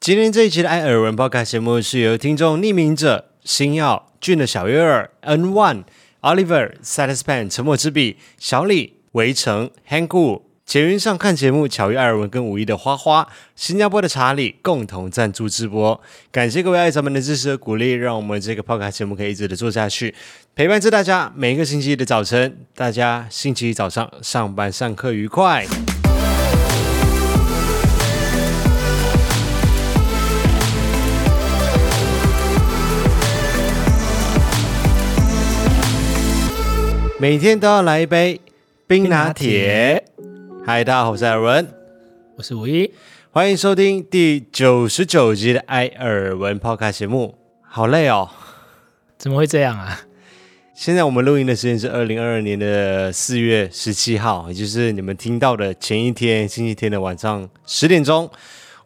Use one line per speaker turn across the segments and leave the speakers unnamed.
今天这一期的《艾尔文 Podcast》节目是由听众匿名者星耀、俊的小月儿、N One、Oliver、Satispan、沉默之笔、小李、围城、Hank Wu。捷运上看节目，巧遇艾尔文跟五一的花花，新加坡的查理共同赞助直播，感谢各位爱咱们的支持和鼓励，让我们这个 podcast 节目可以一直的做下去，陪伴着大家每一个星期一的早晨。大家星期一早上上班上课愉快。每天都要来一杯冰拿铁。嗨，大家好，我是艾尔文，
我是五一，
欢迎收听第九十九集的艾尔文 Podcast 节目。好累哦！
怎么会这样啊？
现在我们录音的时间是二零二二年的四月十七号，也就是你们听到的前一天星期天的晚上十点钟。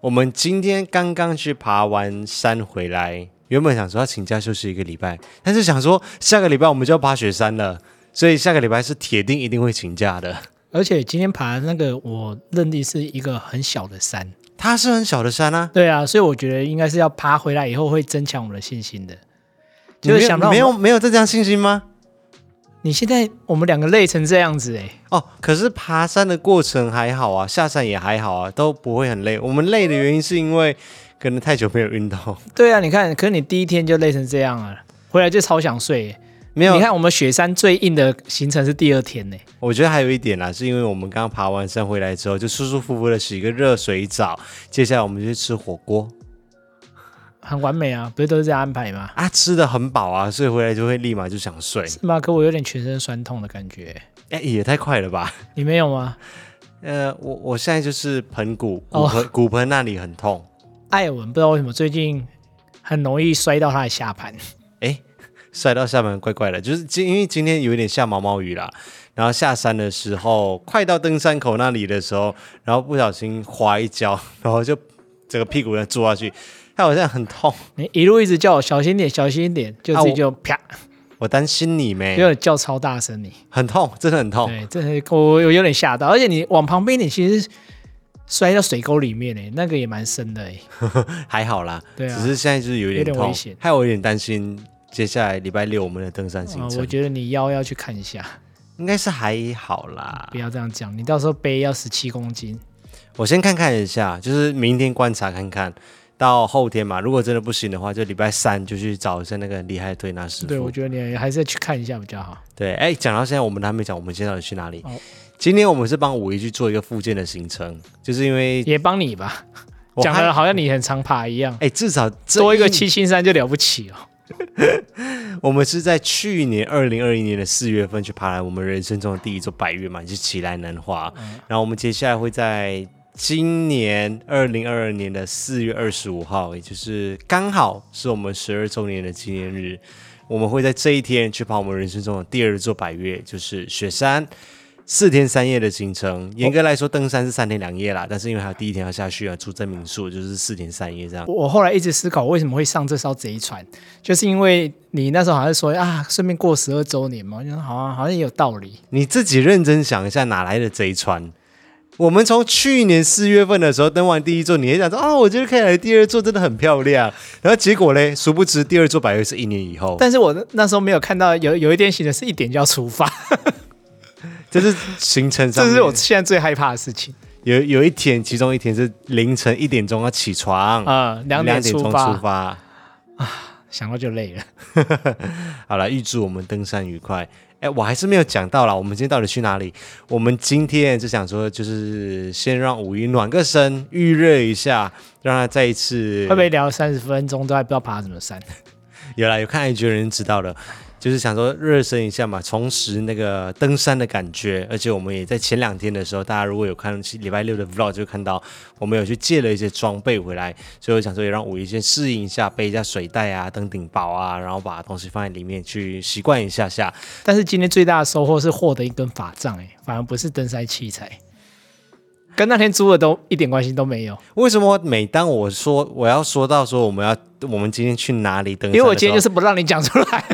我们今天刚刚去爬完山回来，原本想说要请假休息一个礼拜，但是想说下个礼拜我们就要爬雪山了，所以下个礼拜是铁定一定会请假的。
而且今天爬那个，我认定是一个很小的山，
它是很小的山啊，
对啊，所以我觉得应该是要爬回来以后会增强我的信心的。
你
就是
没有
想到我
没
们
有没有再这样信心吗？
你现在我们两个累成这样子哎、
哦，可是爬山的过程还好啊，下山也还好啊，都不会很累。我们累的原因是因为可能太久没有运动，
对啊，你看，可是你第一天就累成这样了，回来就超想睡、欸。
没有。
你看我们雪山最硬的行程是第二天呢、
我觉得还有一点啦，啊是因为我们刚爬完山回来之后，就舒舒服服的洗个热水澡，接下来我们就去吃火锅
很完美啊，不是都是这样安排吗？
啊，吃的很饱啊，所以回来就会立马就想睡。
是吗？可我有点全身酸痛的感觉欸、
哎，也太快了吧？
你没有吗？
呃，我我现在就是盆骨骨
哦
盆、骨盆那里很痛，
艾尔文不知道为什么最近很容易摔到他的下盘。
摔到下盘怪怪的，就是今因为今天有一点下毛毛雨啦，然后下山的时候，快到登山口那里的时候，然后不小心滑一跤， 然后就整个屁股要坐下去，它好像很痛，
你一路一直叫我小心点，小心点，就
啊
自己
我哎
就啪，
我担心你
有
没，
点叫超大声你。
很痛，真的很痛。
对，真的我我有点吓到，而且你往旁边你其实摔到水沟里面诶，那个也蛮深的欸诶。
还好啦，
对啊
只是现在就是有一
有
点
点
痛，
危险
害我有点担心。接下来礼拜六我们的登山行
啊，
程、
我觉得你腰要去看一下，
应该是还好啦
不。要这样讲，你到时候背要十七公斤。
我先看看一下，就是明天观察看看，到后天嘛，如果真的不行的话，就礼拜三就去找一下那个很厉害的推拿师傅。
对，我觉得你还是去看一下比较好。
对，哎，讲到现在，我们还没讲我们今天到底去哪里。
哦
今天我们是帮五一去做一个复健的行程，就是因为
也帮你吧，
我
讲
还
的好像你很常爬一样，
哎，至少这
多一个七星山就了不起哦。
我们是在去年二零二一年的四月份去爬来我们人生中的第一座百岳嘛，也就是奇来南华。然后我们接下来会在今年二零二二年的四月二十五号，也就是刚好是我们十二周年的纪念日，我们会在这一天去爬我们人生中的第二座百岳，就是雪山。四天三夜的行程，严格来说登山是三天两夜啦，但是因为还有第一天要下去啊，住在民宿，就是四天三夜这样。
我后来一直思考，为什么会上这艘贼船，就是因为你那时候好像说啊，顺便过十二周年嘛，我就说好像好像也有道理。
你自己认真想一下，哪来的贼船？我们从去年四月份的时候登完第一座，你也想说啊，我觉得可以来第二座，真的很漂亮。然后结果嘞，殊不知第二座百越是一年以后，
但是我那那时候没有看到有有一点写的是一点就要出发，
这是行程上
这
面。
是我现在最害怕的事情
有有一天，其中一天是凌晨一点钟要起床，
啊、两点
点钟
出
出
发，
发。
想到就累了。
好了，预祝我们登山愉快。哎，我还是没有讲到啦，我们今天到底去哪里？我们今天就想说，就是先让五一暖个身，预热一下，让他再一次
会不会聊三十分钟都还不知道爬什么山？
有啦，有看 IG 的人知道了，就是想说热身一下嘛，重拾那个登山的感觉。而且我们也在前两天的时候，大家如果有看礼拜六的 vlog，就看到我们有去借了一些装备回来，所以我想说也让五一先适应一下，背一下水袋啊、登顶包啊，然后把东西放在里面去习惯一下下。
但是今天最大的收获是获得一根法杖、哎，反而不是登山器材，跟那天租的都一点关系都没有。
为什么每当我说我要说到说我们要我们今天去哪里登山的时候，
因为我今天就是不让你讲出来，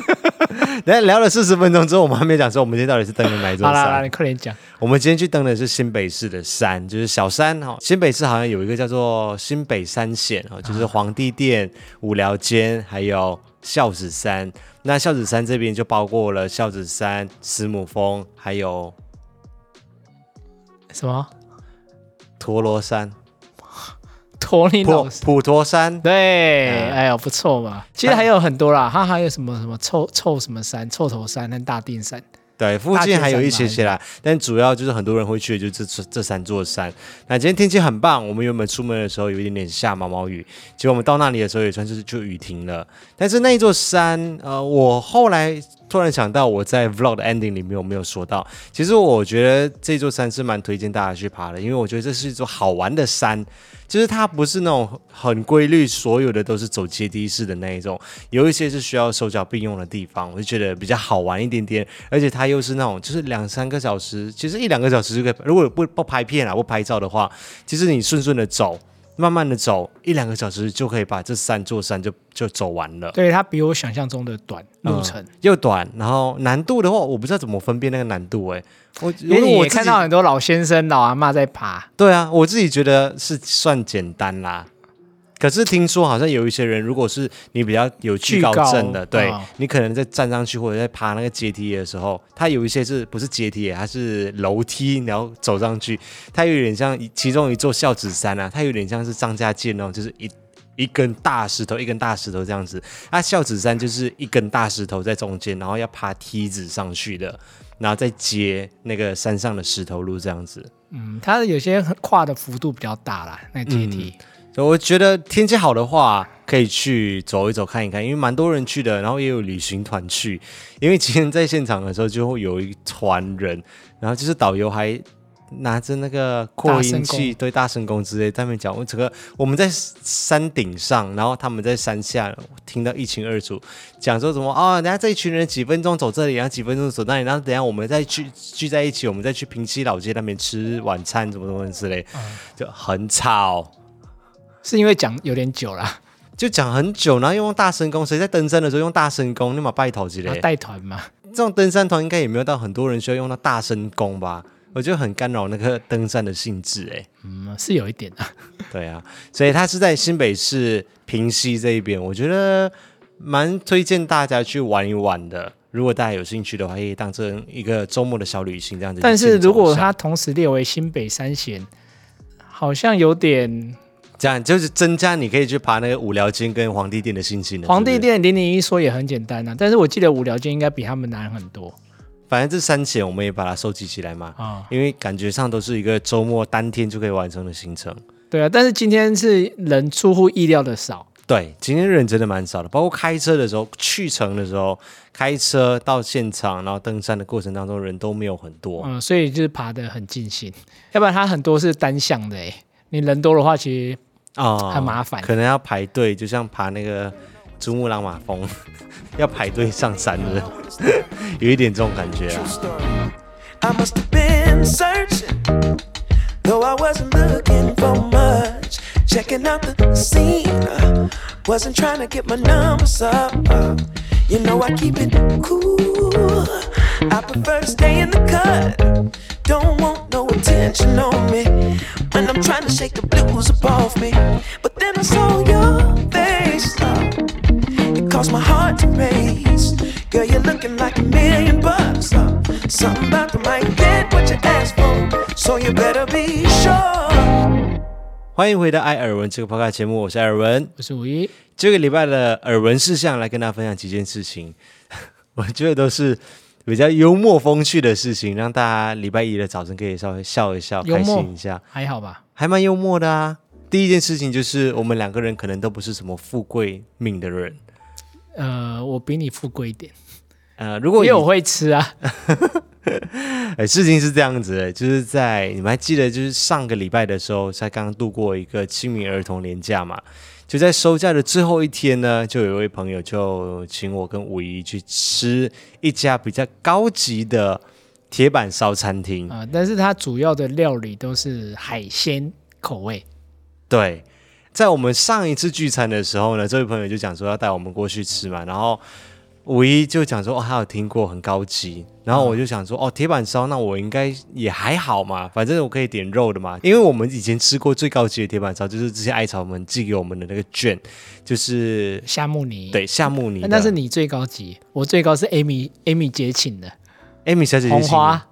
等一下聊了四十分钟之后，我们还没讲说我们今天到底是登了哪一座
好啦好啦，
山
你。快点讲。
我们今天去登的是新北市的山，就是小山哈。新北市好像有一个叫做新北山线哈，就是皇帝殿、五寮间还有孝子山。那孝子山这边就包括了孝子山、慈母峰，还有
什么？
陀螺山、
托尼
普
老师？
普陀山。
对，
嗯
哎呦，不错嘛。其实还有很多啦，它还有什么什么臭臭什么山、臭头山跟大定山。
对，附近还有一些些啦，但主要就是很多人会去的就是这这三座山。那今天天气很棒，我们原本出门的时候有一点点下毛毛雨，结果我们到那里的时候也算是就雨停了。但是那一座山，呃，我后来突然想到，我在 vlog 的 ending 里面有没有说到？其实我觉得这座山是蛮推荐大家去爬的，因为我觉得这是一座好玩的山，就是它不是那种很规律，所有的都是走阶梯式的那一种，有一些是需要手脚并用的地方，我就觉得比较好玩一点点。而且它又是那种就是两三个小时，其实一两个小时就可以。如果不不拍片啊，不拍照的话，其实你顺顺的走，慢慢的走，一两个小时就可以把这三座山就就走完了。
对，它比我想象中的短路
嗯
程。
又短，然后难度的话，我不知道怎么分辨那个难度哎、我
因
如
为
果
你
我
也
自
看
己
到很多老先生、老阿嬷在爬，
对啊，我自己觉得是算简单啦。可是听说好像有一些人，如果是你比较有惧高症的，
惧高
对、
啊
你可能在站上去或者在爬那个阶梯的时候，它有一些是不是阶梯，它是楼梯，然后走上去，它有点像其中一座孝子山啊，它有点像是张家界那种，就是一一根大石头，一根大石头这样子。那孝子山就是一根大石头在中间，然后要爬梯子上去的，然后再接那个山上的石头路这样子。
嗯，它有些很跨的幅度比较大啦，那
嗯
阶梯。
所以我觉得天气好的话，可以去走一走看一看，因为蛮多人去的，然后也有旅行团去。因为今天在现场的时候，就会有一团人，然后就是导游还拿着那个扩音
大声
器，对大声公之类在那边讲。我整个我们在山顶上，然后他们在山下，我听到一清二楚，讲说什么啊、等下这一群人几分钟走这里，然后几分钟走那里，然后等下我们再聚聚在一起，我们再去平西老街那边吃晚餐，什么什么之类，就很吵。
是因为讲有点久了，
就讲很久，然后用大声公，谁在登山的时候用大声公？你马拜头之
然后
类，
带团嘛，
这种登山团应该也没有到很多人需要用到大声公吧？我觉得很干扰那个登山的兴致、欸，
嗯，是有一点啊。
对啊，所以它是在新北市平溪这一边，我觉得蛮推荐大家去玩一玩的。如果大家有兴趣的话，可以当成一个周末的小旅行这样子去
但
走一下。
是如果它同时列为新北三贤，好像有点。
这样，就是增加你可以去爬那个五寮尖跟皇帝殿的信心了。
皇帝
是不是
殿零零一说也很简单啊，但是我记得五寮街应该比他们难很多
反正这三险我们也把它收集起来嘛。
啊、
因为感觉上都是一个周末单天就可以完成的行程。
对啊，但是今天是人出乎意料的少。
对，今天人真的蛮少的，包括开车的时候，去程的时候，开车到现场，然后登山的过程当中，人都没有很多。
嗯，所以就是爬得很尽兴，要不然它很多是单向的哎、你人多的话，其实
啊、
嗯很麻烦
可能要排队，就像爬那个珠穆朗玛峰， 要排队上山的， 有一点这种感觉啊。
I must have been searching, though I wasn't looking for much. Checking out the scene, uh, wasn't trying to get my numbers up. uh, You know, I keep it cool. I prefer to stay in the cut. Don't want no attention on me when I'm trying to shake the blues above me. But then I saw your face. uh, it caused my heart to race. Girl, you're looking like a million bucks. Uh, something about the might get what you asked for. So you better be sure.
欢迎回到艾尔文这个 podcast 节目，我是艾尔文。
我是五一，
这个礼拜的耳闻事项，来跟大家分享几件事情， 我觉得都是比较幽默风趣的事情，让大家礼拜一的早晨可以稍微笑一笑，
幽
开
默
心一下，
还好吧？
还蛮幽默的啊。第一件事情就是，我们两个人可能都不是什么富贵命的人，
呃，我比你富贵一点，
呃，如
因
果
为
有。
我会吃啊。
哎，事情是这样子的，就是在你们还记得，就是上个礼拜的时候，才刚刚度过一个清明儿童连假嘛。就在收假的最后一天呢，就有一位朋友就请我跟五姨去吃一家比较高级的铁板烧餐厅。
啊、但是它主要的料理都是海鲜口味，
对，在我们上一次聚餐的时候呢，这位朋友就讲说要带我们过去吃嘛，然后五一就讲说哦，他有听过，很高级。然后我就想说，哦，铁板烧，那我应该也还好
嗯
嘛，反正我可以点肉的嘛。因为我们以前吃过最高级的铁板烧，就是之前艾草们寄给我们的那个券，就是
夏目尼，
对夏目尼的。
那是你最高级，我最高是 Amy Amy 姐请的
Amy 小姐就
红
请
花，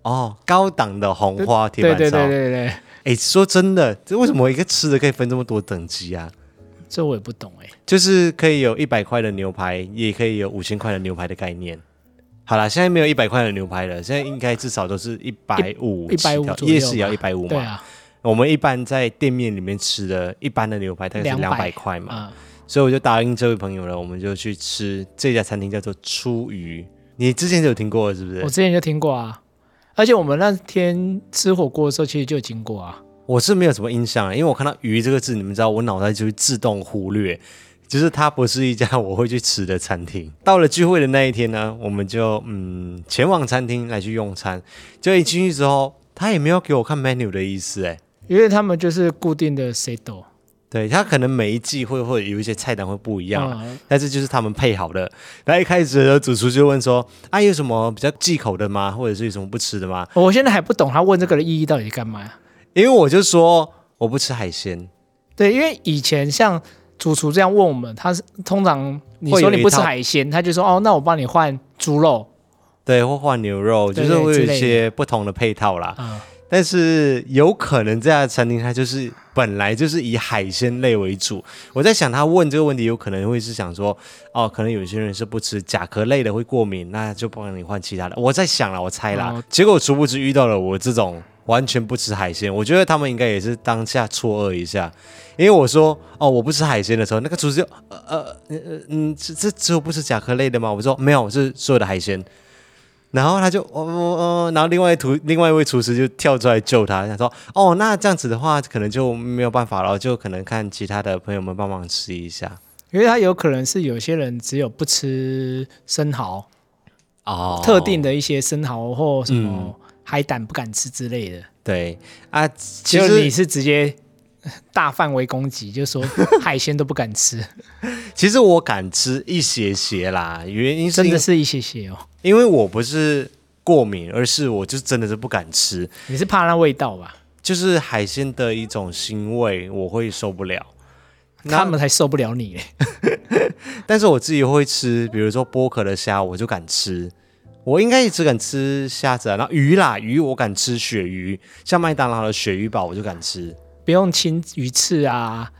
哦，高档的红花铁
对
板
对对
烧。
对对，
哎，说真的，这为什么一个吃的可以分这么多等级啊？
这我也不懂哎、
就是可以有一百块的牛排，也可以有五千块的牛排的概念。好啦，现在没有一百块的牛排了，现在应该至少都是一百五，
一百五左右
夜市也要一
吧
百五嘛。
对啊，
我们一般在店面里面吃的，一般的牛排大概是两百
200
块嘛，
啊、
所以我就答应这位朋友了，我们就去吃这家餐厅叫做初鱼。你之前就有听过是不是？
我
我
之前就听过啊，而且我们那天吃火锅的时候其实就有经过啊，
是没有什么印象，啊因为我看到“鱼”这个字，你们知道，我脑袋就会自动忽略，就是它不是一家我会去吃的餐厅。到了聚会的那一天呢，我们就嗯前往餐厅来去用餐，就一进去之后，他也没有给我看 menu 的意思，哎，
因为他们就是固定的 set
对他可能每一季会会有一些菜单会不一样啊、
嗯
但是就是他们配好的。那一开始的时候主厨就问说：“啊，有什么比较忌口的吗？或者是有什么不吃的吗
我现在还不懂他问这个的意义到底是干嘛、？”
因为我就说我不吃海鲜，
对，因为以前像主厨这样问我们，他是通常你
会有
说
一
你不吃
套
海鲜，他就说哦，那我帮你换猪肉
对，或换牛肉，就
对
是会有
之
一
类
些不同的配套啦。
啊、
但是有可能这家的餐厅它就是本来就是以海鲜类为主。我在想，他问这个问题有可能会是想说，哦，可能有些人是不吃甲壳类的会过敏，那就帮你换其他的。我在想了，我猜啦。
哦
结果殊不知遇到了我这种完全不吃海鲜，我觉得他们应该也是当下错愕一下，因为我说哦我不吃海鲜的时候，那个厨师就呃呃呃呃嗯这这只有不吃甲壳类的吗？我说没有，是所有的海鲜。然后他就哦哦哦，然后另外一图另外一位厨师就跳出来救他，想说哦，那这样子的话可能就没有办法了，就可能看其他的朋友们帮忙吃一下
因为他有可能是有些人只有不吃生蚝，
哦，嗯
特定的一些生蚝或什么海胆不敢吃之类的，
对啊，其
结果你
实
是直接 大范围攻击，就说海鲜都不敢吃，
其实我敢吃一些些啦，原因是
真
因
的
为
是一些些哦，
因为我不是过敏，而是我就真的是不敢吃，
你是怕那味道吧？
就是海鲜的一种腥味，我会受不了。那
他们才受不了你嘞，
但是我自己会吃，比如说剥壳的虾，我就敢吃。我应该也只敢吃虾子啊，然后鱼啦，鱼我敢吃鳕鱼，像麦当劳的鳕鱼堡我就敢吃，
不用清鱼刺啊，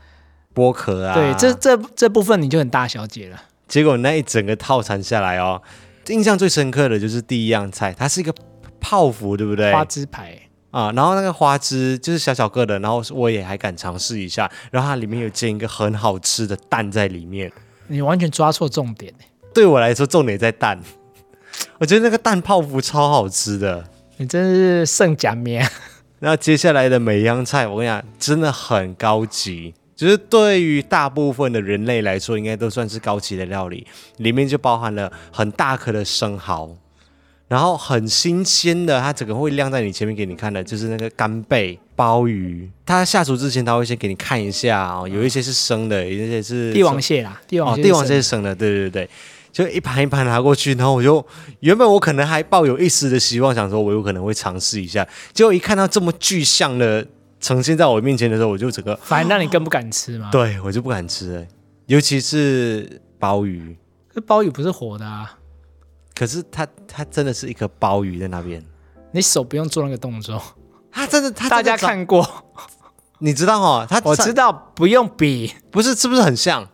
剥壳啊。
对，这这这部分你就很大小姐了。
结果那一整个套餐下来哦，印象最深刻的就是第一样菜，它是一个泡芙，对不对？
花枝牌，
啊，然后那个花枝就是小小个的，然后我也还敢尝试一下，然后它里面有煎一个很好吃的蛋在里面，
你完全抓错重点、欸、
对我来说重点在蛋，我觉得那个蛋泡芙超好吃的。
你真是圣假面。
那接下来的每一样菜，我跟你讲，真的很高级，就是对于大部分的人类来说，应该都算是高级的料理。里面就包含了很大颗的生蚝，然后很新鲜的，它整个会晾在你前面给你看的，就是那个干贝、鲍鱼。它下厨之前，它会先给你看一下哦，有一些是生的，有一些是
帝王蟹啦，帝王
哦，
蟹、
帝王蟹是，生的，对对对，就一盘一盘拿过去，然后我就原本我可能还抱有一丝的希望，想说我有可能会尝试一下，结果一看到这么具象的呈现在我面前的时候，我就整个
反正让你更不敢吃嘛。，
对我就不敢吃了，尤其是鲍鱼，
可鲍鱼不是活的啊，
可是它它真的是一颗鲍鱼在那边，
你手不用做那个动作。
它真的它
大
真的
家
长，
看过，
你知道哦，它
我知道不用比，
不是是不是很像？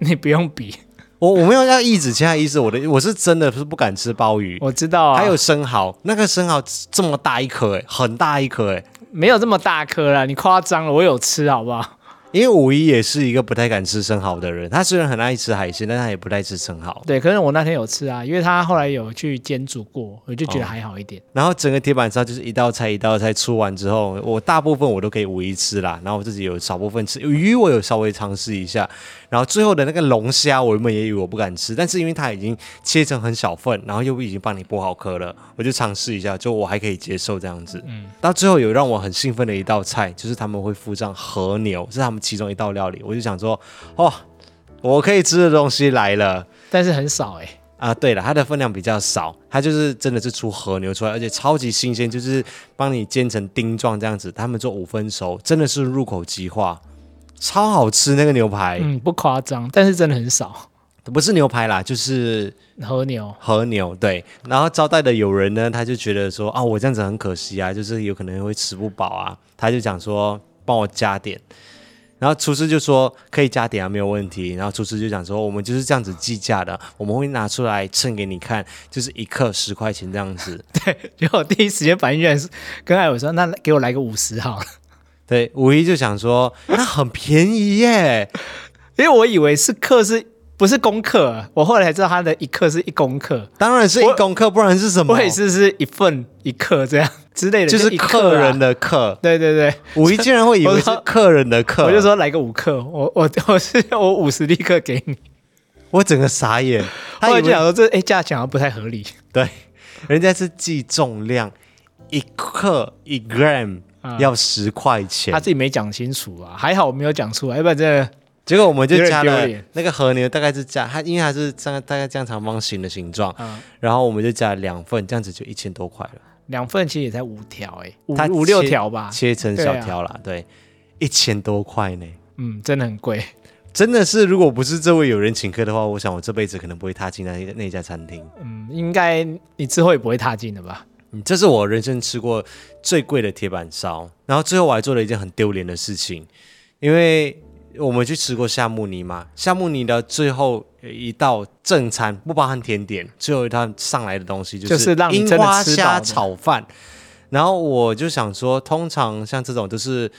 你不用比，
我我没有要抑制其他意思，我的我是真的是不敢吃鲍鱼。
我知道、啊。
还有生蚝，那个生蚝这么大一颗、欸，很大一颗、欸，
没有这么大颗啦？你夸张了，我有吃好不好？
因为五一也是一个不太敢吃生蚝的人，他虽然很爱吃海鲜，但他也不太吃生蚝。
对，可是我那天有吃啊，因为他后来有去煎煮过，我就觉
哦
得还好一点。
然后整个铁板烧就是一道菜一道菜出完之后，我大部分我都给五一吃啦，然后我自己有少部分吃鱼，我有稍微尝试一下。然后最后的那个龙虾，我原本也以为我不敢吃，但是因为它已经切成很小份，然后又已经帮你剥好壳了，我就尝试一下，就我还可以接受这样子。嗯，到最后有让我很兴奋的一道菜，就是他们会附上和牛，是他们其中一道料理，我就想说，哦，我可以吃的东西来了。
但是很少哎、
啊，对了，它的分量比较少，它就是真的是出和牛出来，而且超级新鲜，就是帮你煎成丁状这样子，他们做五分熟，真的是入口即化，超好吃那个牛排，
嗯，不夸张，但是真的很少。
不是牛排啦，就是
和牛，
和牛对，然后招待的友人呢，他就觉得说啊，我这样子很可惜啊，就是有可能会吃不饱啊，他就讲说帮我加点，然后厨师就说可以加点啊，没有问题。然后厨师就讲说我们就是这样子计价的，我们会拿出来称给你看，就是一克十块钱这样子。
结果我第一时间反应居然是跟艾伟说，那给我来个五十好了，
对，五一就想说那很便宜耶，
因为我以为是克是不是公克，我后来才知道它的一克是一公克，
当然是一
我
公克，不然是什么？
我也是是一份一克这样 之类的，
嗯就是
一克
客
啊
人。的客，
对对对，
五一竟然会以
我
为是
说
客人的客，
我就说来个五克，我 我我是我五十立刻给你。
我整个傻眼， 他
后来
以
就
为
想说这哎价钱好像不太合理，
对，人家是计重量，一克一 gram
啊
要十块钱，
他自己没讲清楚啊，还好我没有讲出来，要不然真的
结果我们就加
有点
了
丢脸
那个和牛，大概是加它，因为它是这样大概这样长方形的形状，
嗯
然后我们就加了两份，这样子就一千多块了，
两份其实也才五条哎、五
它
五六
切
条吧，
切成小
对啊
条啦，对，一千多块呢。
嗯，真的很贵。
真的是，如果不是这位友人请客的话，我想我这辈子可能不会踏进那一那一家餐厅。
嗯，应该你之后也不会踏进的吧？
嗯，这是我人生吃过最贵的铁板烧。然后最后我还做了一件很丢脸的事情，因为我们去吃过夏目尼嘛，夏目尼的最后一道正餐不包含甜点，最后一道上来的东西
就是是让你
樱
真的
花
吃饱
虾
的
炒饭。然后我就想说，通常像这种都是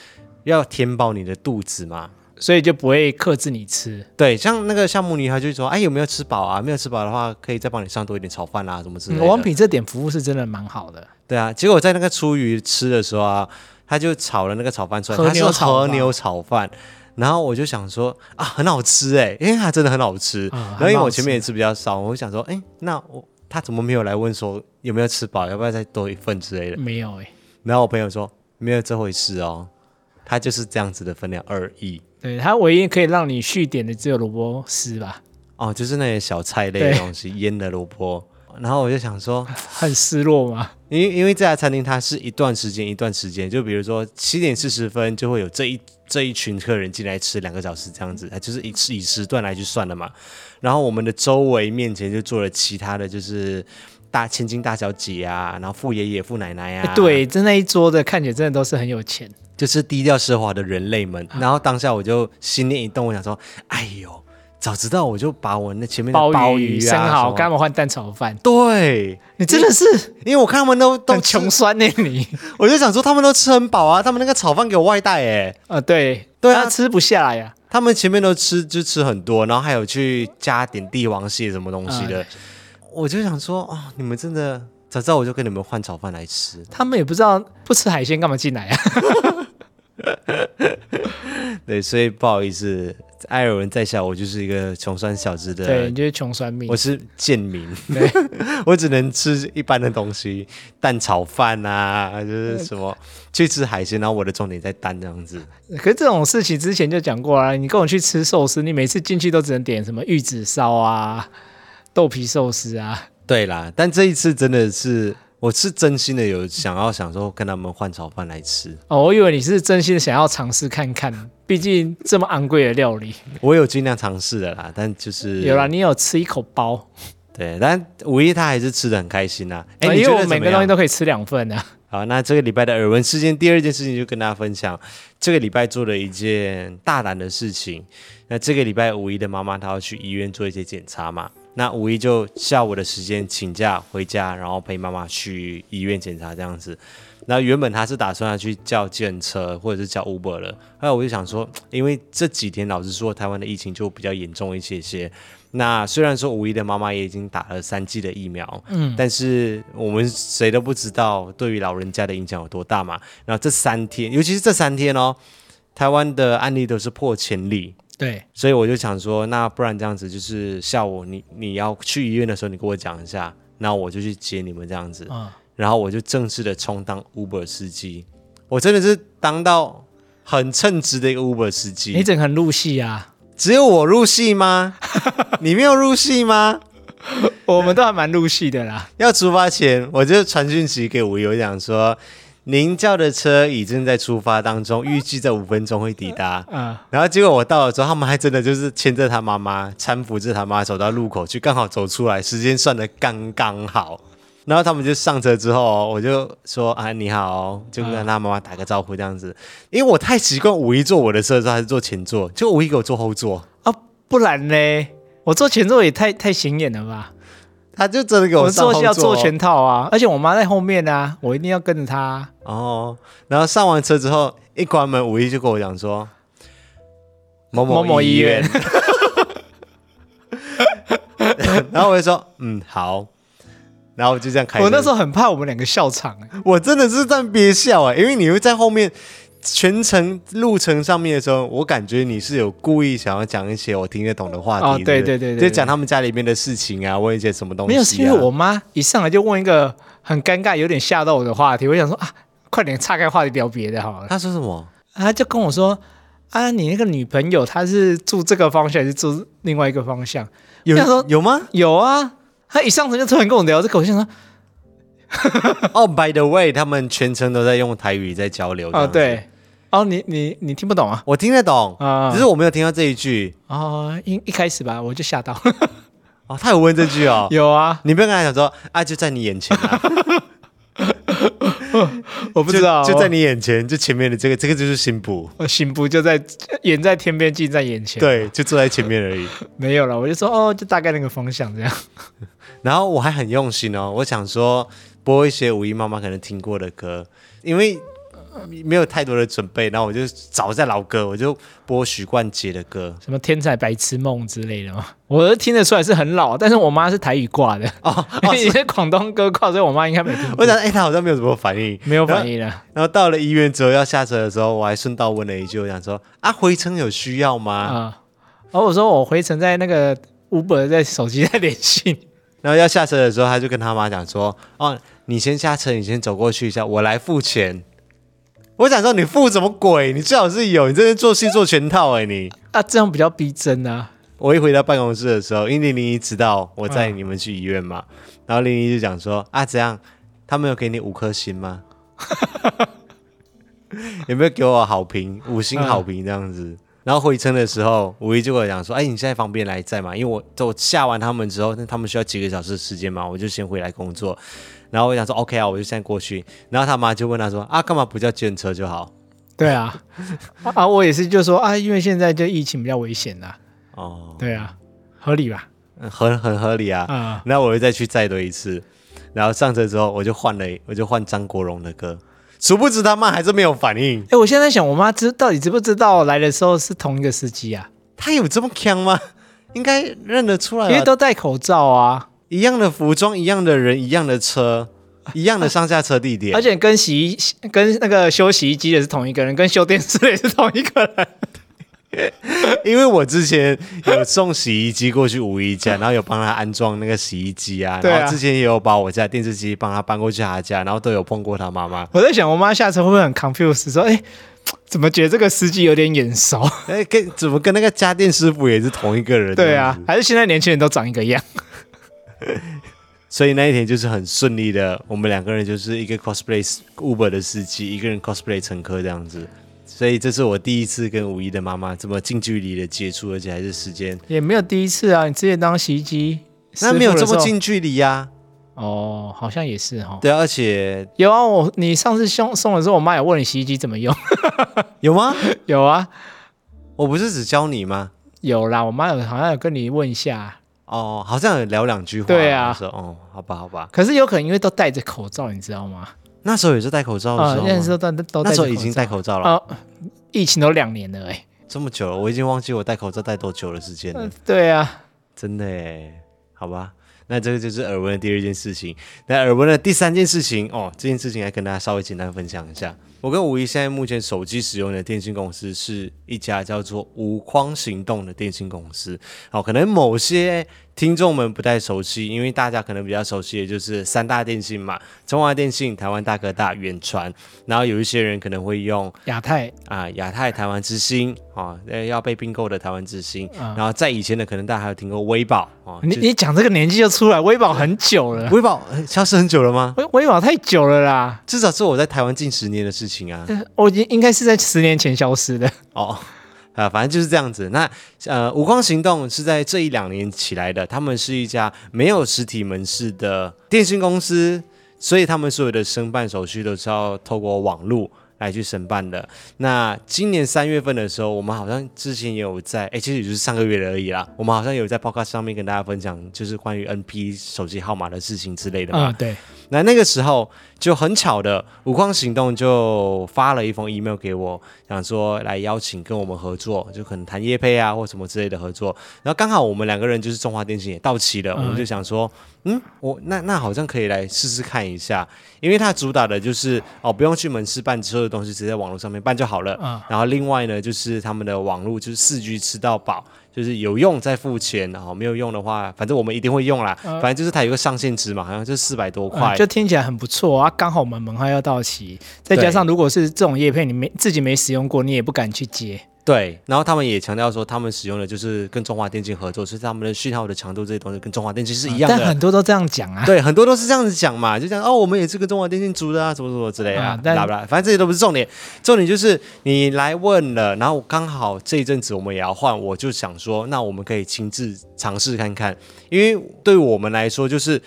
要填饱你的肚子嘛。
所以就不会克制你吃。
对，像那个夏目尼，他就会说：“哎，有没有吃饱啊？没有吃饱的话，可以再帮你上多一点炒饭啊，什么之类的。”
嗯王品这点服务是真的蛮好的，
对啊，结果在那个出鱼吃的时候啊，他就炒了那个炒饭出来，
和
他
牛
说
炒
和
饭
牛炒饭。然后我就想说啊，很好吃哎、因为它真的很好吃。
啊
然后因为
很好
我
吃
前面也吃比较少，我就想说，哎，那我他怎么没有来问说有没有吃饱，要不要再多一份之类的？
没有哎、
然后我朋友说没有这回事哦，他就是这样子的分量而已
对它唯一可以让你续点的只有萝卜丝吧，
哦，就是那些小菜类的
对
东西，腌的萝卜。然后我就想说，
很失落嘛。
因为因为这家餐厅它是一段时间一段时间，就比如说七点四十分就会有这一这一群客人进来吃两个小时这样子，它就是以以时段来去算的嘛。然后我们的周围面前就坐了其他的就是大千金大小姐啊，然后富爷爷富奶奶啊，
哎对，这那一桌的看起来真的都是很有钱，
就是低调奢华的人类们。
啊
然后当下我就心念一动，我想说，哎呦，早知道我就把我那前面的
鲍鱼、
鲍鱼啊、
生
什
蚝，
么
干嘛换蛋炒饭？
对，
你真的是
因为我看他们都 都
很
吃
穷酸呢、你
我就想说他们都吃很饱啊，他们那个炒饭给我外带哎、
啊，对
对 啊
他吃不下来呀、
他们前面都吃就吃很多，然后还有去加点帝王蟹什么东西的，我就想说啊、你们真的早知道我就跟你们换炒饭来吃。
他们也不知道不吃海鲜干嘛进来啊。
对，所以不好意思，艾尔文在下，我就是一个穷酸小子
对，
的
你，就是穷酸命
我。是贱民， 我只能吃一般的东西，蛋炒饭啊，就是什么去吃海鲜，然后我的重点在蛋这样子。
可是这种事情之前就讲过啦，你跟我去吃寿司，你每次进去都只能点什么玉子烧啊、豆皮寿司啊，
对啦，但这一次真的是，我是真心的有想要想说跟他们换炒饭来吃。
哦，我以为你是真心想要尝试看看，毕竟这么昂贵的料理，
我有尽量尝试的啦，但就是
有啦，你有吃一口包，
对，但五一他还是吃的很开心呐、哎、
呃
你
因
觉
为
得
我
怎
每
么
个东西
样
都可以吃两份啊。
好。那这个礼拜的耳闻事件，第二件事情就跟大家分享，这个礼拜做了一件大胆的事情。那这个礼拜五一的妈妈她要去医院做一些检查嘛，那五一就下午的时间请假回家，然后陪妈妈去医院检查这样子。那原本他是打算要去叫计程车或者是叫 Uber 了，后来我就想说，因为这几天老实说，台湾的疫情就比较严重一些些。那虽然说五一的妈妈也已经打了三剂的疫苗，嗯，但是我们谁都不知道对于老人家的影响有多大嘛。然后这三天，尤其是这三天哦，台湾的案例都是破千例，
对，
所以我就想说，那不然这样子，就是下午你你要去医院的时候，你跟我讲一下，那我就去接你们这样子。
嗯
然后我就正式的充当 Uber 司机，我真的是当到很称职的一个 Uber 司
你
机。
整个很入戏啊，
只有我入戏吗？ 你没有入戏吗？
我们都还蛮入戏的啦。
要出发前，我就传讯息给吴友讲说，您叫的车已经在出发当中，预计在五分钟会抵达。
啊、
然后结果我到了之后，他们还真的就是牵着他妈妈，搀扶着他妈走到路口去，刚好走出来，时间算的刚刚好。然后他们就上车之后，我就说啊你好，就跟他妈妈打个招呼这样子。因为我太习惯五一坐我的车的时候，他是坐前座，就五一给我坐后座，
啊，不然呢？我坐前座也太太显眼了吧？
他就真的给
我
上后座
坐是要坐全套啊，而且我妈在后面啊，我一定要跟着她啊、
哦。然后上完车之后，一关门，五一就跟我讲说某
某某
医
医院
然后我就说嗯好，然后我就这样开车。
我那时候很怕我们两个笑场、欸，
我真的是在憋笑啊、因为你会在后面全程路程上面的时候，我感觉你是有故意想要讲一些我听得懂的话题，
哦对
不
对对对对
就讲他们家里面的事情啊，问一些什么东西、啊。
没有是因为我妈一上来就问一个很尴尬、有点吓到我的话题，我想说啊，快点岔开话题聊别的好了。
他说什么？
她就跟我说啊，你那个女朋友她是住这个方向还是住另外一个方向？
有
他说
有吗？
有啊，她一上车就突然跟我聊这个，我就想说
哦、b y the way，他们全程都在用台语在交流。
哦，，对，哦你你你听不懂啊？
我听得懂，
啊
只是我没有听到这一句。
哦，一一开始吧，我就吓 到，
哦，他有问这句哦。
有啊，
你不要跟他讲说啊，就在你眼前啊，
我 不知道，
就就
我
在你眼前，就前面的这个，这个就是心补，
我行不就在眼在天边，近在眼前。，
对，就坐在前面而已。
没有了，我就说哦，就大概那个方向这样。
然后我还很用心哦，我想说播一些五一妈妈可能听过的歌，因为没有太多的准备，然后我就找在老歌，我就播许冠杰的歌。
什么天才白痴梦之类的嘛，我都听得出来是很老，但是我妈是台语挂的，
哦，
因为是广东歌挂，所以我妈应该没听
我
过，
想，哎、他好像没有什么反应，
没有反应啊了。
然后。然后到了医院之后要下车的时候，我还顺道问了一句，我想说啊，回程有需要吗？
啊。然后我说我回程在那个 Uber 在手机在联系，
然后要下车的时候，他就跟他妈讲说，哦，你先下车，你先走过去一下，我来付钱。我想说你付什么鬼？你最好是有，你这是做戏做全套哎、你。
啊，这样比较逼真啊。
我一回到办公室的时候，因为零零一知道我载你们去医院嘛，然后零零一就讲说啊，怎样？他们有给你五颗星吗？ 有没有给我好评？五星好评这样子。然后回程的时候，五一就跟我讲说：“哎，你现在方便来载吗？因为我我下完他们之后，那他们需要几个小时时间嘛，我就先回来工作。然后我想说 OK 啊，我就现在过去。然后他妈就问他说：啊，干嘛不叫建车就好？
对 啊，啊，我也是就说啊，因为现在就疫情比较危险啦。
哦，
对啊，合理吧？
嗯很很合理啊。
啊，
那我又再去再多一次，然后上车之后我就换了，我就换张国荣的歌，殊不知他妈还是没有反应。
哎，我现在在想，我妈知到底知不知道来的时候是同一个司机啊？
他有这么强吗？应该认得出来
因为
吧？
都戴口罩啊，
一样的服装，一样的人，一样的车，一样的上下车地点。
而且跟洗衣洗跟那个修洗衣机的是同一个人，跟修电视的也是同一个人。
因为我之前有送洗衣机过去五一家，然后有帮他安装那个洗衣机啊，
对啊
然后之前也有把我家的电视机帮他搬过去他家，然后都有碰过他妈妈。
我在想，我妈下车会不会很 confused，说：“哎、怎么觉得这个司机有点眼熟
哎，跟怎么跟那个家电师傅也是同一个？”人？
对啊，，还是现在年轻人都长一个样？
所以那一天就是很顺利的，我们两个人就是一个 cosplay Uber 的司机，一个人 cosplay 乘客这样子。所以这是我第一次跟五一的妈妈这么近距离的接触，而且还是时间，
也没有第一次啊，你之前当洗衣机师
那
傅
没有
的
这么
时候
近距离呀、
哦，好像也是哦。
对啊，而且
有啊，我你上次送送的时候，我妈有问你洗衣机怎么用，
有吗？
有啊，
我不是只教你吗？
有啦，我妈有好像有跟你问一下，
哦，好像有聊两句话。
对啊
我说哦，好吧，好吧。
可是有可能因为都戴着口罩，你知道吗？
那时候也是戴口罩的
啊、
时候吗、
那时候都都
哦那
戴着
时候已经戴口罩了，
啊、疫情都两年了哎、
这么久了，我已经忘记我戴口罩戴多久的时间了。
嗯，对啊，
真的耶，好吧，那这个就是耳闻的第二件事情。那耳闻的第三件事情哦，这件事情来跟大家稍微简单分享一下。我跟五一现在目前手机使用的电信公司是一家叫做无框行动的电信公司。哦，可能某些听众们不太熟悉，因为大家可能比较熟悉的就是三大电信嘛，中华电信、台湾大哥大、远传，然后有一些人可能会用
亚太
啊亚、太台湾之星啊、呃要被并购的台湾之星，
啊
然后在以前的可能大家还有听过微宝啊，
你
就
你讲这个年纪就出来，微宝很久了，
微宝呃消失很久了吗？
微微宝太久了啦，
至少是我在台湾近十年的事情啊。
我已经应该是在十年前消失的。
哦， 啊，反正就是这样子。那呃，无光行动是在这一两年起来的，他们是一家没有实体门市的电信公司，所以他们所有的申办手续都是要透过网络。来去申办的。那今年三月份的时候，我们好像之前也有在，哎，其实也就是上个月而已啦。我们好像有在 Podcast 上面跟大家分享，就是关于 NP 手机号码的事情之类的嘛。
嗯，对，
那那个时候就很巧的，五光行动就发了一封 email 给我，想说来邀请跟我们合作，就可能谈业配啊或什么之类的合作。然后刚好我们两个人就是中华电信也到期了，我们就想说，嗯，我那那好像可以来试试看一下，因为它主打的就是哦不用去门市办所有的东西，直接在网络上面办就好了。
嗯
然后另外呢，就是他们的网络就是四 G 吃到饱，就是有用再付钱，然后没有用的话，反正我们一定会用啦。反正就是它有个上限值嘛，好像就四百多块。
嗯啊就听起来很不错啊。刚好我们门号要到期，再加上如果是这种叶配，你没自己没使用过，你也不敢去接。
对，然后他们也强调说，他们使用的就是跟中华电信合作，所以他们的讯号的强度这些东西跟中华电信是一样
啊但
的。
很多都这样讲啊。
对，很多都是这样子讲嘛，就讲哦，我们也是跟中华电信租的啊，什么什么之类啊
啊，但
啦不啦，反正这些都不是重点，重点就是你来问了，然后刚好这一阵子我们也要换，我就想说，那我们可以亲自尝试看看，因为对我们来说就是。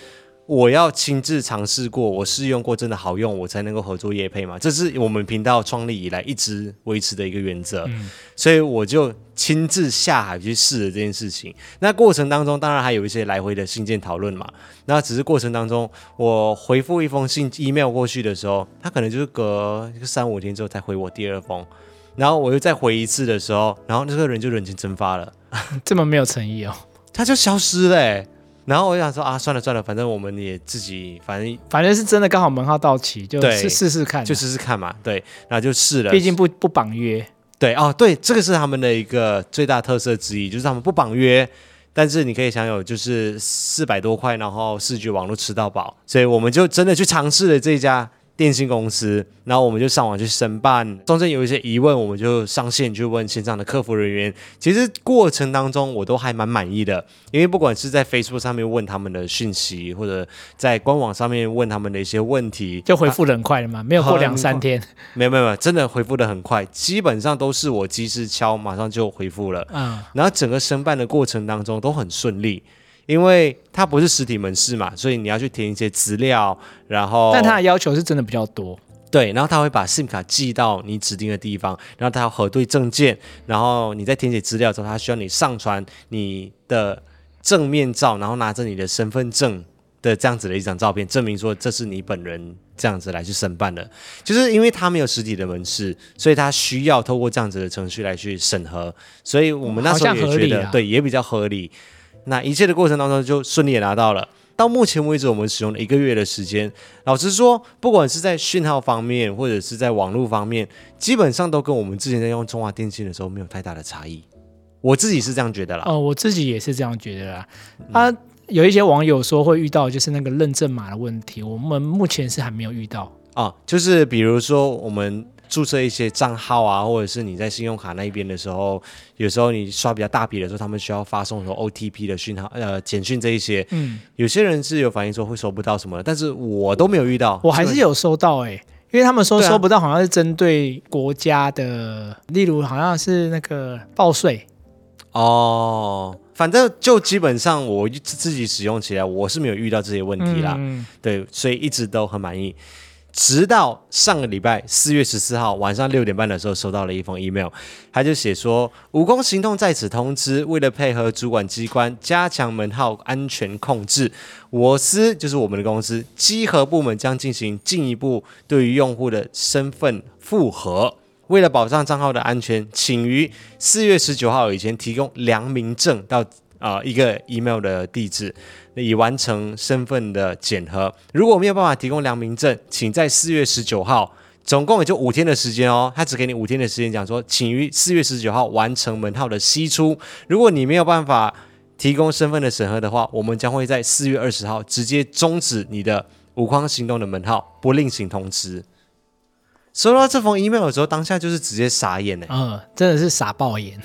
我要亲自尝试过，我试用过，真的好用，我才能够合作业配嘛。这是我们频道创立以来一直维持的一个原则。
嗯
所以我就亲自下海去试了这件事情。那过程当中，当然还有一些来回的信件讨论嘛。那只是过程当中，我回复一封信 email 过去的时候，他可能就是隔三五天之后才回我第二封，然后我又再回一次的时候，然后那个人就人间蒸发了。
这么没有诚意哦。
他就消失了欸、然后我就想说啊，算了算了，反正我们也自己，反正
反正是真的刚好门号到期，就
对
试试试看啊、
就试试看嘛。对，然后就试了。
毕竟不不绑约，
对哦，对，这个是他们的一个最大特色之一，就是他们不绑约，但是你可以享有就是四百多块，然后视觉网络吃到饱，所以我们就真的去尝试了这一家电信公司，然后我们就上网去申办，中间有一些疑问，我们就上线去问线上的客服人员。其实过程当中我都还蛮满意的，因为不管是在 Facebook 上面问他们的讯息，或者在官网上面问他们的一些问题，
就回复的很快了嘛，没有过两三天。
没有没有没有，真的回复的很快，基本上都是我及时敲，马上就回复了。
嗯，
然后整个申办的过程当中都很顺利，因为它不是实体门市嘛，所以你要去填一些资料，然后
但他的要求是真的比较多，
对，然后他会把 SIM 卡寄到你指定的地方，然后他要核对证件，然后你在填写资料之后，他需要你上传你的正面照，然后拿着你的身份证的这样子的一张照片，证明说这是你本人这样子来去申办的。就是因为他没有实体的门市，所以他需要透过这样子的程序来去审核，所以我们那时候
好像合
也觉
理
得、
啊
对也比较合理。那一切的过程当中就顺利地拿到了。到目前为止，我们使用了一个月的时间。老实说，不管是在讯号方面，或者是在网络方面，基本上都跟我们之前在用中华电信的时候没有太大的差异。我自己是这样觉得啦。
哦，我自己也是这样觉得啦。啊，有一些网友说会遇到就是那个认证码的问题，我们目前是还没有遇到。
啊，就是比如说我们注册一些账号啊，或者是你在信用卡那边的时候，有时候你刷比较大笔的时候，他们需要发送什么 OTP 的讯号、呃简讯这一些，
嗯，
有些人是有反映说会收不到什么的，但是我都没有遇到，
我还是有收到哎、因为他们说
对啊
收不到，好像是针对国家的，例如好像是那个报税，
哦。反正就基本上我自己使用起来，我是没有遇到这些问题啦。
嗯，
对，所以一直都很满意。直到上个礼拜四月十四号晚上六点半的时候，收到了一封 email，他就写说：“武功行动在此通知，为了配合主管机关加强门号安全控制，我司就是我们的公司稽核部门将进行进一步对于用户的身份复核。为了保障账号的安全，请于四月十九号以前提供良民证到啊、呃一个 email 的地址，以完成身份的检核。如果没有办法提供良民证，请在四月十九号。总共也就五天的时间哦，他只给你五天的时间，讲说，请于四月十九号完成门号的析出。如果你没有办法提供身份的审核的话，我们将会在四月二十号直接终止你的无框行动的门号，不另行通知。收到这封 email 的时候，当下就是直接傻眼哎、
嗯，真的是傻爆眼。